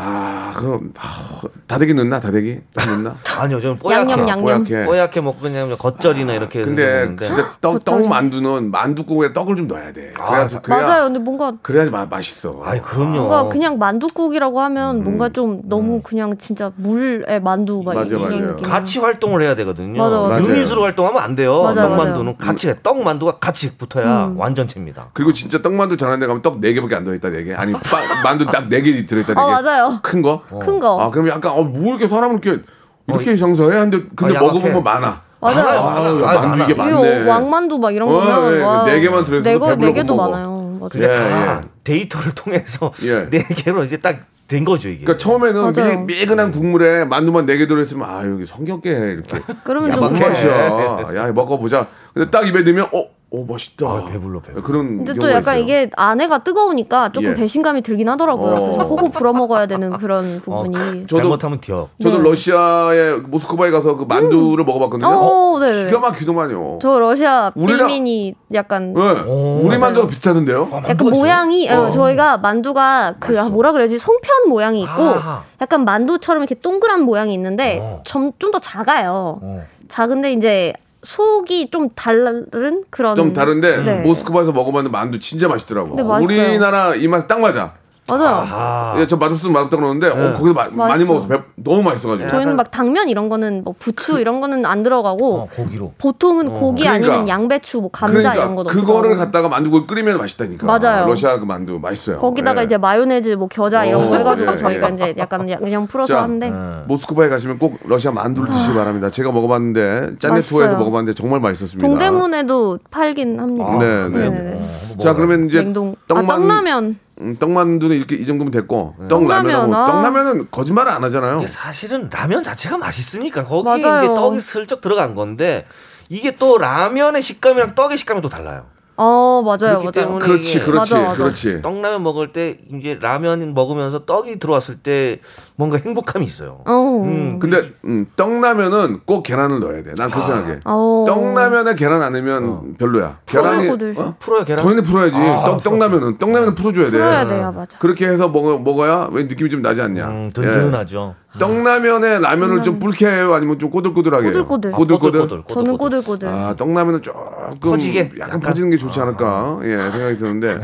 아 그럼 아, 다대기 넣나 다대기 좀 넣나
아니요, 저는
어,
뽀얗게
양념 양념.
뽀얗게
뽀얗게 먹고 그냥 겉절이나 이렇게
근데
넣는데.
진짜
아,
떡, 떡 만두는 만두국에 떡을 좀 넣어야 돼 그래야 지 그래야
맞아요. 근데 뭔가
그래야지 마, 맛있어 음.
아이 그럼요.
뭔가 그냥 만두국이라고 하면 뭔가 좀 너무 그냥 진짜 물에 만두 막
맞아,
이런
맞아요.
느낌.
같이 활동을 해야 되거든요.
맞아, 맞아.
유닛으로 활동하면 안 돼요.
맞아,
떡만두는 같이 떡만두가 같이 붙어야
음.
완전체입니다.
그리고 진짜 떡만두 잘하는 데 가면 떡 네개밖에안 들어있다 네개 아니 빵, 만두 딱 네 개 들어있다
어,
네개
맞아요.
큰 거?
큰 거.
아 그럼 약간 어, 뭐 이렇게 사람을 이렇게 이렇게 장사해? 근데 근데
어,
먹어보면
약해.
많아
맞아요.
많아요.
아유,
많아요.
만두 이게
이거
많네
그 왕만두 막 이런
어, 예,
거면 와,
네 개만 들어있어도
네 개-
배불러
네 개도
못 먹어.
많아요. 맞아요.
근데
예,
다
예.
데이터를 통해서
예.
네 개로 이제 딱 된 거죠 이게.
그러니까 처음에는
맞아요.
미, 미끈한 국물에 만두만 네 개 들어있으면 아 여기 성겹게 이렇게
그러면 좀
무슨
야박해.
그래.
맛이야 야 먹어보자 근데 딱 입에 넣으면 어? 어 맛있다
아, 배불러, 배불러.
그런
근데 또
경우가
약간
있어요.
이게 안에가 뜨거우니까 조금
예.
배신감이 들긴 하더라고요.
어.
그래서 그거 불어 먹어야 되는 아, 그런
어,
부분이.
저도-
잘못하면 뒤엎.
저도
네.
러시아의 모스크바에 가서 그 만두를 먹어봤거든요
어,
어,
네.
기가 막히더만요
저 러시아
우리랑-
빌민이 약간
네.
오.
우리 아, 만두가 비슷하던데요
약간 모양이 어, 저희가 만두가 그 아, 뭐라 그래야지 송편 모양이 있고
아하.
약간 만두처럼 이렇게 동그란 모양이 있는데 좀 좀 더 작아요.
어.
작은데 이제 속이 좀 다른 그런
좀 다른데
네.
모스크바에서 먹어봤는데 만두 진짜 맛있더라고
네, 맛있어요.
우리나라 이 맛 딱 맞아
맞아요. 네.
아.
예, 저 맛없으면 맛없다 그러는데 어, 거기서 마- 많이
맛있어.
먹어서 배- 너무 맛있어가지고
저희는 막 당면 이런 거는 뭐 부추 이런 거는 안 들어가고
어, 고기로.
보통은 고기
그러니까.
아니면 양배추 뭐 감자 이런
그러니까
거
그거를
넣고
갖다가 만두국을 끓이면 맛있다니까.
맞아요.
러시아 그 만두 맛있어요.
거기다가
예.
이제 마요네즈 뭐 겨자 이런 거
어,
해가지고
예, 네.
저희가
예.
이제 약간 양념 풀어서
자,
하는데
모스크바에 가시면 꼭 러시아 만두를 드시기 바랍니다. 제가 먹어봤는데 짠내
맛있어요.
투어에서 먹어봤는데 정말 맛있었습니다.
동대문에도 팔긴 합니다.
네, 네.
네네네.
자 그러면 이제
냉동
떡만
아 떡라면
음, 떡만두는 이렇게 이 정도면 됐고 떡라면하고
떡라면, 아.
떡라면은 거짓말 안 하잖아요.
이게 사실은 라면 자체가 맛있으니까 거기에
맞아요.
이제 떡이 슬쩍 들어간 건데 이게 또 라면의 식감이랑 떡의 식감이 또 달라요.
어 맞아요
그렇기
맞아요
때문에
그렇지,
이게
그렇지,
예. 맞아, 맞아.
그렇지.
떡라면 먹을 때 이제 라면 먹으면서 떡이 들어왔을 때 뭔가 행복함이 있어요.
어.
음,
근데 음, 떡라면은 꼭 계란을 넣어야 돼. 난 그 생각해.
어.
떡라면에 계란 안 넣으면
어.
별로야. 계란이
꼬들꼬들.
어?
풀어요 계란.
당연히 풀어야지.
아,
떡 떡라면은 떡라면은 풀어줘야 돼.
풀어야 돼요, 맞아.
그렇게 해서 먹어 먹어야 왜 느낌이 좀 나지 않냐.
음, 든든하죠.
예. 떡라면에 라면을 좀 불쾌해요, 아니면 좀 꼬들꼬들하게. 해요?
꼬들꼬들.
꼬들꼬들.
저는 꼬들꼬들
아 떡라면은 조금
아, 퍼지게?
약간
약간?
퍼지는 게 좋지 않을까 예 생각이 드는데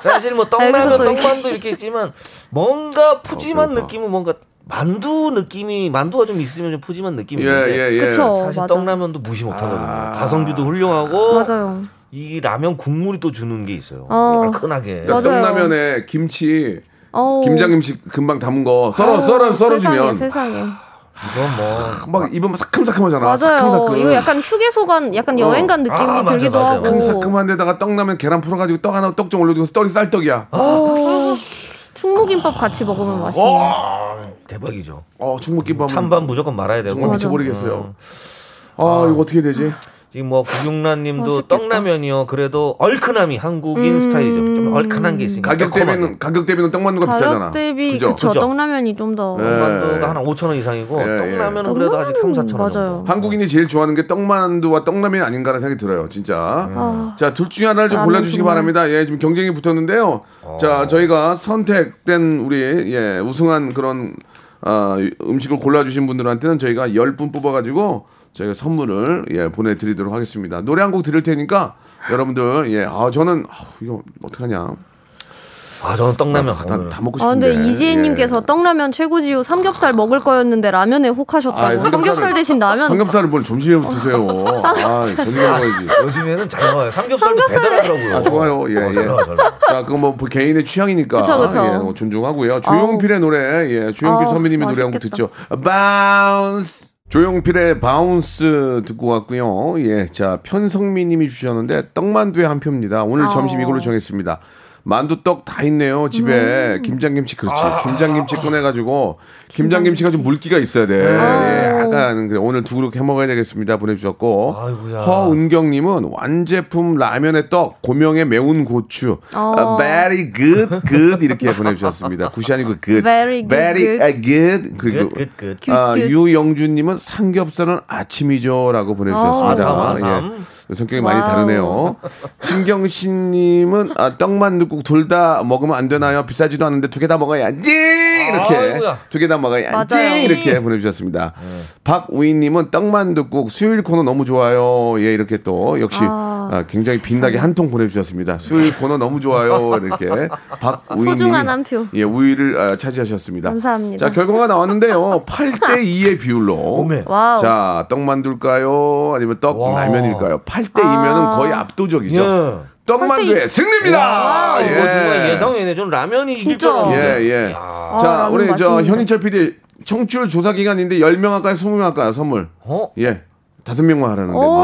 사실 뭐
여기서
떡라면
또 이렇게.
떡만두 이렇게 있지만 뭔가 푸짐한
배고파.
느낌은 뭔가 만두 느낌이 만두가 좀 있으면 좀 푸짐한 느낌이 있는데
예예예
그쵸.
사실
어, 맞아.
떡라면도 무시 못하거든요.
아.
가성비도 훌륭하고
맞아요
이 라면 국물이 또 주는 게 있어요.
어.
얼큰하게.
그러니까
맞아요.
떡라면에 김치
어우.
김장김치 금방 담은 거 썰어
아유,
썰어 썰어주면
세상에 세상에
이건 뭐
막 입으면 사큼사큼하잖아
맞아요
사큼사큼 어.
이거 약간 휴게소 간 약간 여행 간 느낌이
아, 맞아,
들기도
맞아.
하고
사큼사큼한데다가 떡라면 계란 풀어가지고 떡 하나 떡 좀 올려주고 떡이 쌀떡이야
아.
어우, 충무김밥 같이 먹으면 맛있네
대박이죠.
어 중국김밥
찬밥 무조건 말아야 되고. 음.
정말 미쳐버리겠어요 아 이거 어떻게 되지
지금 뭐 구경란님도
맛있겠다. 음.
떡라면이요. 그래도 얼큰함이 한국인 스타일이죠. 좀 얼큰한 게 있으니까.
가격
매콤하게.
대비는 가격 대비는 떡만두가 비싸잖아
가격 대비
그죠?
그쵸
그죠?
떡라면이 좀 더
예.
만두가 하나 5천 원 이상이고
예, 예.
떡라면은 그래도 아직 3, 4천 원.
맞아요.
정도.
한국인이 제일 좋아하는 게 떡만두와 떡라면이 아닌가라는 생각이 들어요, 진짜. 자, 둘 중에 하나를 좀
아. 라면
골라주시기
정말.
바랍니다. 예, 지금 경쟁이 붙었는데요.
어.
자, 저희가 선택된 우리, 예, 우승한 그런, 아, 음식을 골라주신 분들한테는 저희가 10분 뽑아가지고 저희가 선물을, 예, 보내드리도록 하겠습니다. 노래 한 곡 들을 테니까 여러분들, 예, 아, 저는, 아우, 이거 어떡하냐.
아 저는
아,
떡라면
다, 다 먹고
아
싶은데.
근데 이지혜님께서
예.
떡라면 최고지요 삼겹살 먹을 거였는데 라면에
아,
혹하셨다고
삼겹살을-
삼겹살 대신 라면
삼겹살을 뭘
어.
점심에 드세요. 아, 점심에 먹어야지.
요즘에는 잘 나와요. 삼겹살도 배달하더라고요.
아, 좋아요. 예,
어,
예.
잘 나와, 잘 나와.
자, 그건 뭐 개인의 취향이니까
그쵸, 그쵸.
예, 뭐 존중하고요. 조용필의 노래, 예, 조용필
아우,
선배님의 노래 한 곡
맛있겠다.
듣죠. 바운스. 조용필의 바운스 듣고 왔고요. 예, 자 편성미님이 주셨는데 떡만두의 한 표입니다. 오늘
아우.
점심 이걸로 정했습니다. 만두떡 다 있네요
음.
집에 김장김치 그렇지
아.
김장김치 꺼내가지고 김장김치가 좀 물기가 있어야 돼 예, 약간 그래, 오늘 두 그릇 해 먹어야 되겠습니다 보내주셨고
아이고야.
허은경님은 완제품 라면에 떡 고명에 매운 고추
어.
아, very good good 이렇게 보내주셨습니다 굿이 아니고 good
Very good,
very
good.
아, good 그리고
끝, 끝, 끝.
아,
큐.
유영준님은 삼겹살은 아침이죠라고 보내주셨습니다.
아, 삼삼.
예. 성격이 많이
와우.
다르네요. 신경신님은 아, 떡만 넣고 둘 다 먹으면 안 되나요? 비싸지도 않은데 두 개 다 먹어야지 이렇게
아, 아이고야.
두 개 다 먹어야지
맞아요.
이렇게 보내주셨습니다. 박우인님은 떡만 듣고 수요일 코너 너무 좋아요. 예 이렇게 또 역시
아.
아, 굉장히 빛나게 한 통 보내주셨습니다. 수요일 코너 너무 좋아요 이렇게 박우인님
소중한 한 표.
예 우위를 아, 차지하셨습니다.
감사합니다.
자 결과가 나왔는데요. 8대 2의 비율로.
오메.
와우.
자, 떡 만둘까요? 아니면 떡
와.
라면일까요? 8대 2면은 거의
예.
압도적이죠. 떡
아. 팔대
만두의 승리입니다.
아,
예.
이거 정말 예상이네. 전 라면이 이길 줄
진짜.
예,
알았는데.
예.
야.
자,
어. 아,
우리
라면
저
맛있는데.
현인철 PD 청출 조사 기간인데 10명 할까요? 20명 할까요? 선물.
어?
예. 다섯 명만 하라는데. 뭐.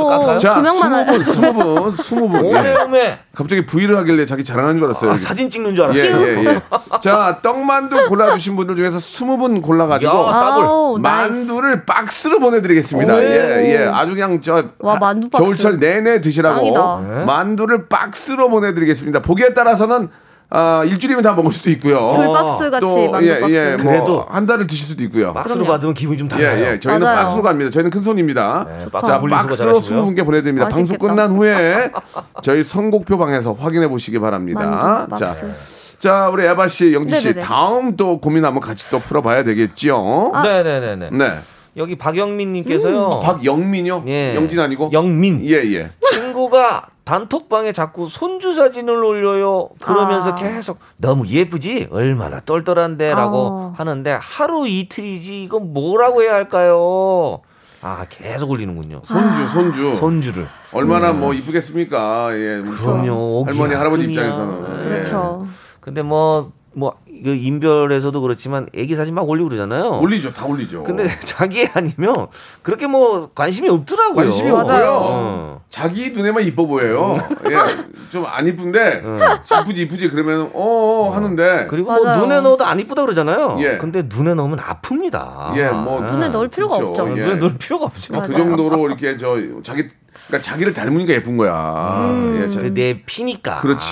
좀 깎아요?
오.
자,
두 명만 하.
20분, 20분, 20분.
오메
예.
오메.
갑자기 V를 하길래 자기 자랑하는 줄 알았어요.
아,
여기.
사진 찍는 줄
예,
알았어요.
예, 예. 자, 떡만두 골라주신 분들 중에서 20분 골라가지고
야, 더블.
아우, 나이스.
만두를 박스로 보내드리겠습니다.
오.
예, 예. 아주 그냥 저
와,
하-
만두 박스.
겨울철 내내 드시라고
짱이다.
네.
만두를 박스로 보내드리겠습니다. 보기에 따라서는 아, 일주일이면 다 먹을 수도 있고요.
돌박스 같이
또
만두
예,
박스.
예,
그래도.
뭐한 달을 드실 수도 있고요.
박스로
그럼요.
받으면 기분이 좀
예,
달라요.
예. 저희는
맞아요. 어.
박스로 갑니다. 저희는 큰 손입니다.
네, 박스
자,
분리 수거
박스로
잘하시고요.
20분께
아,
보내드립니다. 방송
맛있겠다.
끝난 후에 저희 선곡표 방에서 확인해 보시기 바랍니다.
만두
자,
박스.
자, 우리 에바 씨, 영지 씨,
네네네.
다음 또 고민 한번 같이 또 풀어봐야 되겠지요.
아.
네, 네, 네, 네.
네. 음,
여기 박영민 님께서요.
박영민요?
예.
영진 아니고?
영민.
예, 예.
친구가 단톡방에 자꾸 손주 사진을 올려요. 그러면서
아.
계속 너무 예쁘지? 얼마나 똘똘한데라고
아.
하는데 하루 이틀이지 이건 뭐라고 해야 할까요? 아 계속 올리는군요.
아.
손주, 손주.
손주를. 음.
얼마나 뭐 이쁘겠습니까? 예. 우리
그럼요.
할머니,
오기야.
할아버지
그냥.
입장에서는. 예.
그렇죠.
근데 뭐 뭐 이거 인별에서도 그렇지만 애기 사진 막 올리고 그러잖아요.
올리죠, 다 올리죠.
근데 자기 아니면 그렇게 뭐 관심이 없더라고요.
관심이
맞아요.
없고요.
어.
자기 눈에만 이뻐 보여요. 예, 좀 안 이쁜데 이쁘지 이쁘지 그러면 어 하는데
그리고
맞아요.
뭐 눈에 넣어도 안 이쁘다 그러잖아요.
예.
근데 눈에 넣으면 아픕니다.
예, 뭐
눈에 넣을 필요가
그렇죠.
없죠.
어,
예.
눈에 넣을 필요가 없죠.
그 정도로 이렇게 저 자기 그러니까 자기를 닮으니까 예쁜 거야.
음.
예, 자-
근데 내 피니까.
그렇지.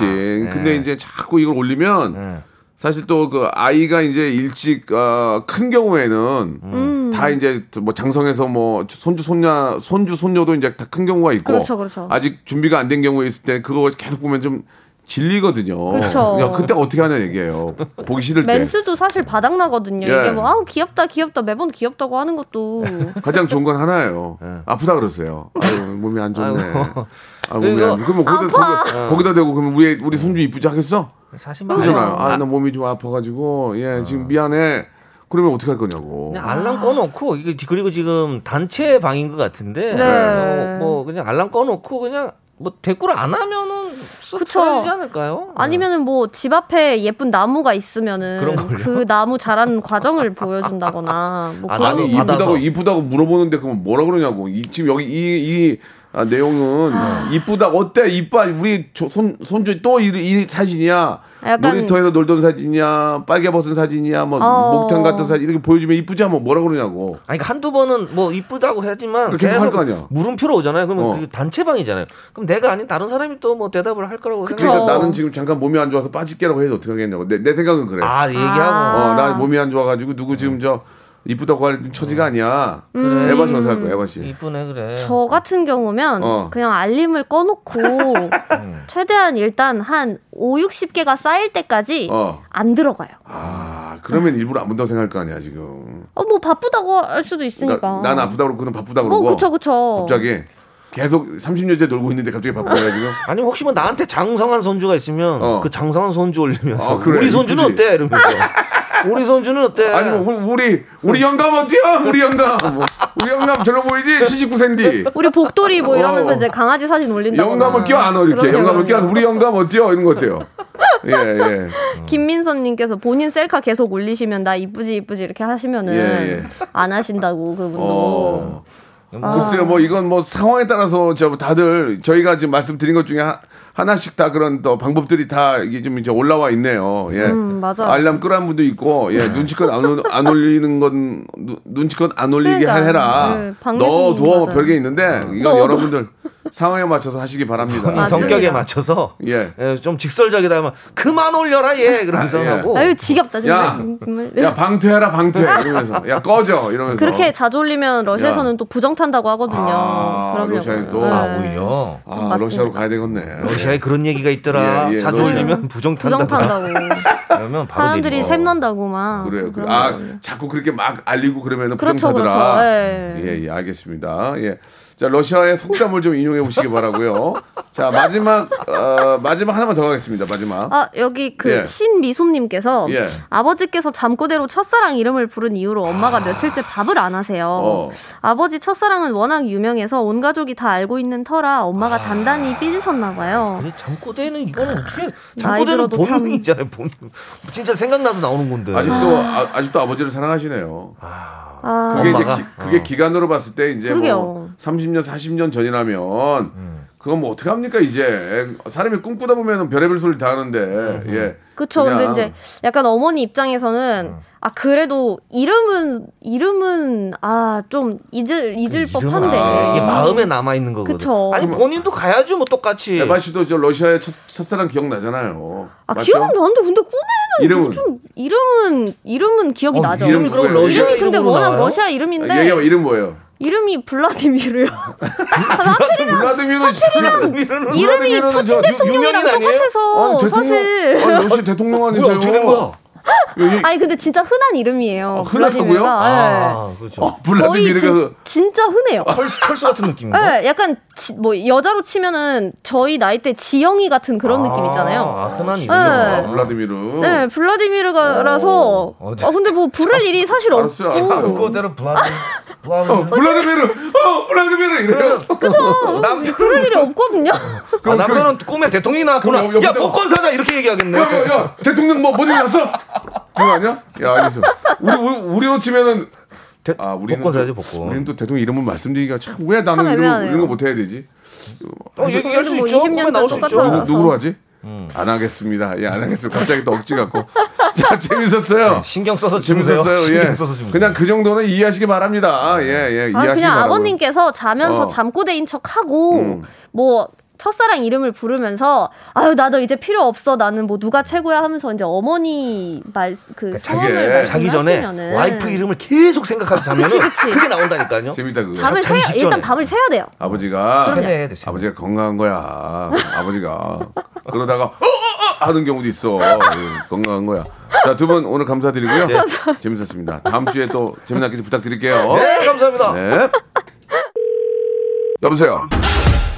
근데
예.
이제 자꾸 이걸 올리면
예.
사실 또 그 아이가 이제 일찍 어, 큰
음.
경우에는
음.
다 이제 뭐 장성에서 뭐 손주 손녀 손주 손녀도 이제 다 큰 경우가 있고
그렇죠, 그렇죠.
아직 준비가 안 된 경우에 있을 때 그거 계속 보면 좀 질리거든요.
그렇죠.
냥 그때 어떻게 하는 얘기예요. 보기 싫을 때
멘트도 사실 바닥나거든요.
네. 예.
이게 뭐 아우 귀엽다 귀엽다 매번 귀엽다고 하는 것도
가장 좋은 건 하나예요. 아프다 그러세요. 아유, 몸이 안 좋네.
네. 아이고.
아, 몸이
그래서
안 좋. 그럼 거기다, 거기다, 거기다 대고 그러면 우리 우리 손주 이쁘지 하겠어?
사실
그러잖아요.
말해요.
아, 나 몸이 좀 아파가지고 예 지금 미안해. 그러면 어떻게 할 거냐고.
그냥 알람 꺼놓고 이게 지- 그리고 지금 단체 방인 것 같은데
네.
어, 뭐 그냥 알람 꺼놓고 그냥 뭐 댓글 안 하면은 사라지지 않을까요?
아니면은 뭐 집 앞에 예쁜 나무가 있으면은
그런 걸요?
그 나무 자라는 과정을 보여준다거나 뭐
아,
그런
아니
나도
거.
이쁘다고
받아서.
이쁘다고 물어보는데 그럼 뭐라 그러냐고. 이, 지금 여기 이 이 아, 내용은 이쁘다 어때 이뻐 우리 조- 손 손주 또 이 사진이야.
약간-
놀이터에서 놀던 사진이야, 빨개 벗은 사진이야, 뭐
어.
목탕 같은 사진 이렇게 보여주면 이쁘지 하면 뭐라 그러냐고.
아니 그러니까 한두 번은 뭐 이쁘다고 하지만
계속 할거
계속
아니야.
물음표로 오잖아요. 그러면
어.
그게 단체 방이잖아요. 그럼 내가 아닌 다른 사람이 또 뭐 대답을 할 거라고
그러니까
생각.
나는 지금 잠깐 몸이 안 좋아서 빠질게라고 해도 어떻게 하겠냐고. 내, 내 생각은 그래.
아 얘기하고
어, 나 몸이 안 좋아가지고 누구 지금 저 이쁘다고 할 처지가 아니야.
음.
에바 씨어할 거야, 에바 씨.
이쁘네 그래.
저 같은 경우면
어.
그냥 알림을 꺼놓고
음.
최대한 일단 한 5, 60개가 쌓일 때까지
어.
안 들어가요.
아, 그러면 일부러 안 본다고 생각할 거 아니야 지금.
어 뭐 바쁘다고 할 수도 있으니까.
그러니까 난 아프다 그러고 그는 바쁘다
어
그러고.
그쵸 그쵸.
갑자기 계속 30년째 놀고 있는데 갑자기 바쁘가지고.
아니 혹시 뭐 나한테 장성한 손주가 있으면
어.
그 장성한 손주 올리면서
아, 그래.
우리 손주는
이쁘지.
어때 이러면서 우리 손주는
네.
어때?
아니면 우리 우리, 우리 영감 어때요? 우리 영감. 뭐, 우리 영감 저로 보이지? 79세인데.
우리 복돌이 뭐 이러면서
어.
이제 강아지 사진 올린다.
영감을 껴 안어 이렇게
그럼요,
영감을 껴
그럼요.
안어 우리 영감 어때요? 이런 거 어때요? 예 예.
김민선님께서 본인 셀카 계속 올리시면 나 이쁘지 이쁘지 이렇게 하시면은
예, 예.
안 하신다고 그분도. 어.
음.
어. 글쎄요, 뭐 이건 뭐 상황에 따라서 저 다들 저희가 지금 말씀드린 것 중에 하- 하나씩 다 그런 또 방법들이 다 이게 좀 이제 올라와 있네요. 예.
음, 맞아요.
알람 끄라는 분도 있고,
네.
예, 눈치껏 안, 올, 안 올리는 건, 누- 눈치껏 안 올리게
그러니까,
해라.
네, 방해성
넣어둬, 뭐
맞아요.
별게 있는데, 이건 여러분들 상황에 맞춰서 하시기 바랍니다.
이 성격에 맞춰서
예.
예, 좀 직설적이다 하면 그만 올려라 얘 그러면서
아, 예.
하고
아유 지겹다 정말.
야,
정말.
야, 방퇴해라, 방퇴. 이러면서. 야, 꺼져. 이러면서.
그렇게 자주 올리면 러시아에서는
야.
또 부정 탄다고 하거든요.
아,
그럼요.
러시아에 또?
아
네.
오히려
아, 러시아로 가야 되겠네.
러시아에 그런 얘기가 있더라
예, 예,
자주
러시아.
올리면 부정
부정
탄다
탄다고.
그러면 바로
사람들이
내리고.
샘난다고 막.
그래요. 그래.
그런
아,
거예요.
자꾸 그렇게 막 알리고 그러면 은
그렇죠,
부정타더라.
그렇죠. 예.
예, 예, 알겠습니다. 예. 자, 러시아의 속담을 좀 인용해 보시기 바라고요. 자, 마지막 어, 마지막 하나만 더 가겠습니다. 마지막.
아 여기 그
예.
신미소님께서
예.
아버지께서 잠꼬대로 첫사랑 이름을 부른 이후로 엄마가 며칠째 밥을 안 하세요.
아. 어.
아버지 첫사랑은 워낙 유명해서 온 가족이 다 알고 있는 터라 엄마가
아.
단단히 삐지셨나 봐요.
아, 근데 잠꼬대는 이거는 어떻게
나이
잠꼬대는
들어도 참-
본능이잖아요 본능 진짜 생각나서 나오는 건데
아직도 아, 직도 아버지를 사랑하시네요.
아,
그게 이제
엄마가? 어.
기, 그게 기간으로 봤을 때 이제 뭐
그러게요.
30년, 40년 전이라면
음.
그건 뭐 어떻게 합니까 이제 사람이 꿈꾸다 보면 은 별의별 소리를 다 하는데
음.
예.
그쵸. 근데
그냥-
이제 약간 어머니 입장에서는 아 그래도 이름은 이름은 아 좀 잊을 잊을
이름은
법한데.
아,
이게 마음에 남아 있는 거거든.
그쵸.
아니 본인도 가야죠, 뭐 똑같이.
에바 씨도 저 러시아의 첫, 첫사랑 기억나잖아요.
아
맞죠?
기억은 나는데 근데 꿈에는
이름은?
좀 이름은 이름은 기억이
어,
나죠.
이름이 그럼
이름이
러시아
근데
이름으로
워낙
나와요?
러시아
아, 얘기해봐
이름인데
이름 뭐예요?
이름이 블라디미르요.
블라디미르
이름은
이름이
블라디미르는
푸틴
저 유-
대통령이랑
유명인 아니에요?
똑같아서
아니, 대통령,
사실
아니, 러시아 대통령
어, 뭐야,
아니세요?
어떻게 된 거야?
예, 예.
아니 근데 진짜 흔한 이름이에요.
아, 흔하다고요?
블라디미르가.
아, 그렇죠.
어,
네. 거의
블라디미르가 그- 아,
진, 짜 흔해요.
철수, 철수 같은 느낌인가?
네, 약간 지- 뭐 여자로 치면은 저희 나이 때 지영이 같은 그런 느낌
아,
있잖아요.
흔한 이름.
아,
네.
블라디미르.
네, 블라디미르가라서
어, 네.
아 근데 뭐 부를 일이 사실
알았어요,
없고
알았어요.
그거대로 블라디. 블라디.
어, 블라디미르. 어, 블라디미르 이래요.
남편은
부를 일이
어,
없거든요.
어, 아, 남편은 꿈에 대통령이 나왔구나.
그- 그럼 여기-
야 복권 사자 이렇게 얘기하겠네.
야, 야, 야, 대통령 뭐 뭔일 났어? 그거 아니야? 야, 알겠어. 우리 우리 우리로 치면은
대-
아, 우리는
복권
또-
사야죠 복권.
우리는 또 대통령 이름을 말씀드리기가 참 왜 나는
참
이런 거-
애매하네요.
이런 거못 해야 되지?
어, 얘기할 수
뭐
있죠.
20년
꿈에 나올 수
전
있죠.
똑같아요. 음.
누구, 누구로 하지? 안 하겠습니다. 예, 안 하겠습니다. 갑자기 또 억지 같고. 자,
네,
재밌었어요.
신경 써서 주무세요.
재밌었어요. 예.
신경 써서 주무세요.
그냥 그 정도는 이해하시기 바랍니다. 예, 예. 이해하시기
아 그냥
바라고요.
아버님께서
어.
자면서
음.
잠꼬대인 척 하고 뭐 첫사랑 이름을 부르면서 아유 나 너 이제 필요 없어 나는 뭐 누가 최고야 하면서 이제 어머니 말그
그러니까 자기-
자기 전에 와이프 이름을 계속 생각하고 자면
그치, 그치.
그게 나온다니까요.
재밌다 그거.
잠을
잠- 잠시
새야 일단
전에.
밤을 새야 돼요.
아버지가
그럼요. 네, 네, 네.
아버지가 건강한 거야. 아버지가 그러다가 어, 어, 어 하는 경우도 있어. 예, 건강한 거야. 자, 두 분 오늘 감사드리고요.
네.
재밌었습니다. 다음 주에 또 재미난 퀴즈 부탁드릴게요.
네, 감사합니다.
네. 여보세요.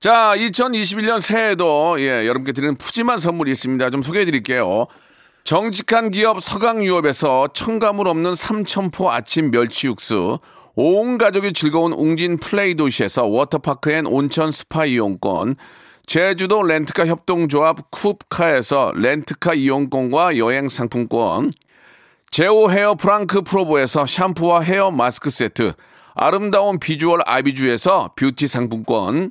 자, 2021년 새해에도 예, 여러분께 드리는 푸짐한 선물이 있습니다. 좀 소개해 드릴게요. 정직한 기업 서강유업에서 첨가물 없는 삼천포 아침 멸치 육수, 온 가족이 즐거운 웅진 플레이 도시에서 워터파크 앤 온천 스파 이용권, 제주도 렌트카 협동조합 쿱카에서 렌트카 이용권과 여행 상품권, 제오 헤어 프랑크 프로보에서 샴푸와 헤어 마스크 세트, 아름다운 비주얼 아비주에서 뷰티 상품권,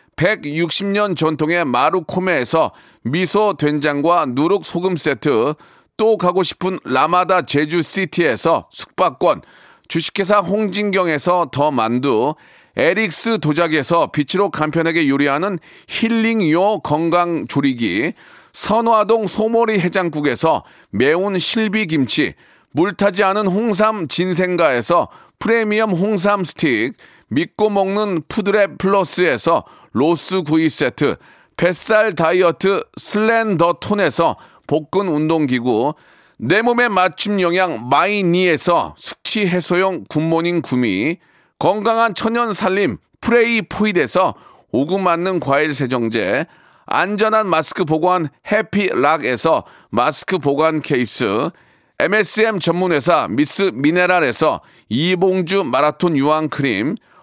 160년 전통의 마루코메에서 미소 된장과 누룩 소금 세트 또 가고 싶은 라마다 제주시티에서 숙박권 주식회사 홍진경에서 더 만두, 에릭스 도자기에서 빛으로 간편하게 요리하는 힐링요 건강조리기, 선화동 소머리 해장국에서 매운 실비김치, 물타지 않은 홍삼 진생가에서 프리미엄 홍삼 스틱, 믿고 먹는 푸드랩 플러스에서 로스 구이 세트, 뱃살 다이어트 슬렌더 톤에서 복근 운동기구, 내 몸에 맞춤 영양 마이니에서 숙취 해소용 굿모닝 구미 건강한 천연 살림 프레이 포일에서 오구 맞는 과일 세정제 안전한 마스크 보관 해피락에서 마스크 보관 케이스 MSM 전문회사 미스 미네랄에서 이봉주 마라톤 유황 크림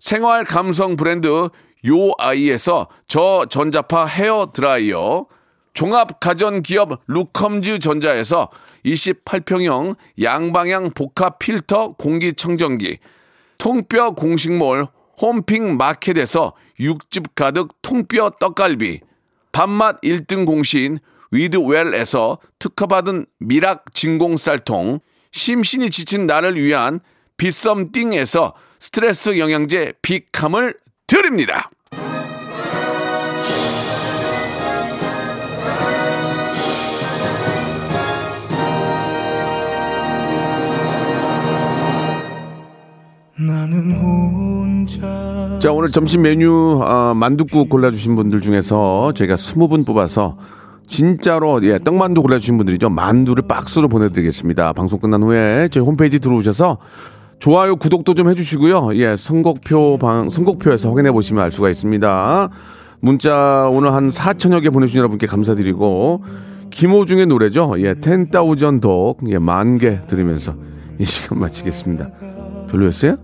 생활 감성 브랜드 요아이에서 저전자파 헤어 드라이어 종합 가전 기업 루컴즈 전자에서 28평형 양방향 복합 필터 공기 청정기, 통뼈 공식몰 홈핑 마켓에서 육즙 가득 통뼈 떡갈비, 밥맛 1등 공신 위드웰에서 특허받은 미락 진공 쌀통, 심신이 지친 나를 위한 비썸띵에서 스트레스 영양제 비캄을 드립니다.
자 오늘 점심 메뉴 아, 만둣국 골라주신 분들 중에서 저희가 20분 뽑아서 진짜로 예 떡만두 골라주신 분들이죠 만두를 박스로 보내드리겠습니다 방송 끝난 후에 저희 홈페이지 들어오셔서 좋아요 구독도 좀 해주시고요 예 선곡표 방 선곡표에서 확인해 보시면 알 수가 있습니다 문자 오늘 한 4천여 개 보내주신 여러분께 감사드리고 김호중의 노래죠 예 텐다우전 덕예만개 들으면서 이 시간 마치겠습니다 별로였어요?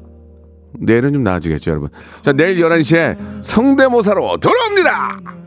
내일은 좀 나아지겠죠, 여러분. 자, 내일 11시에 성대모사로 돌아옵니다!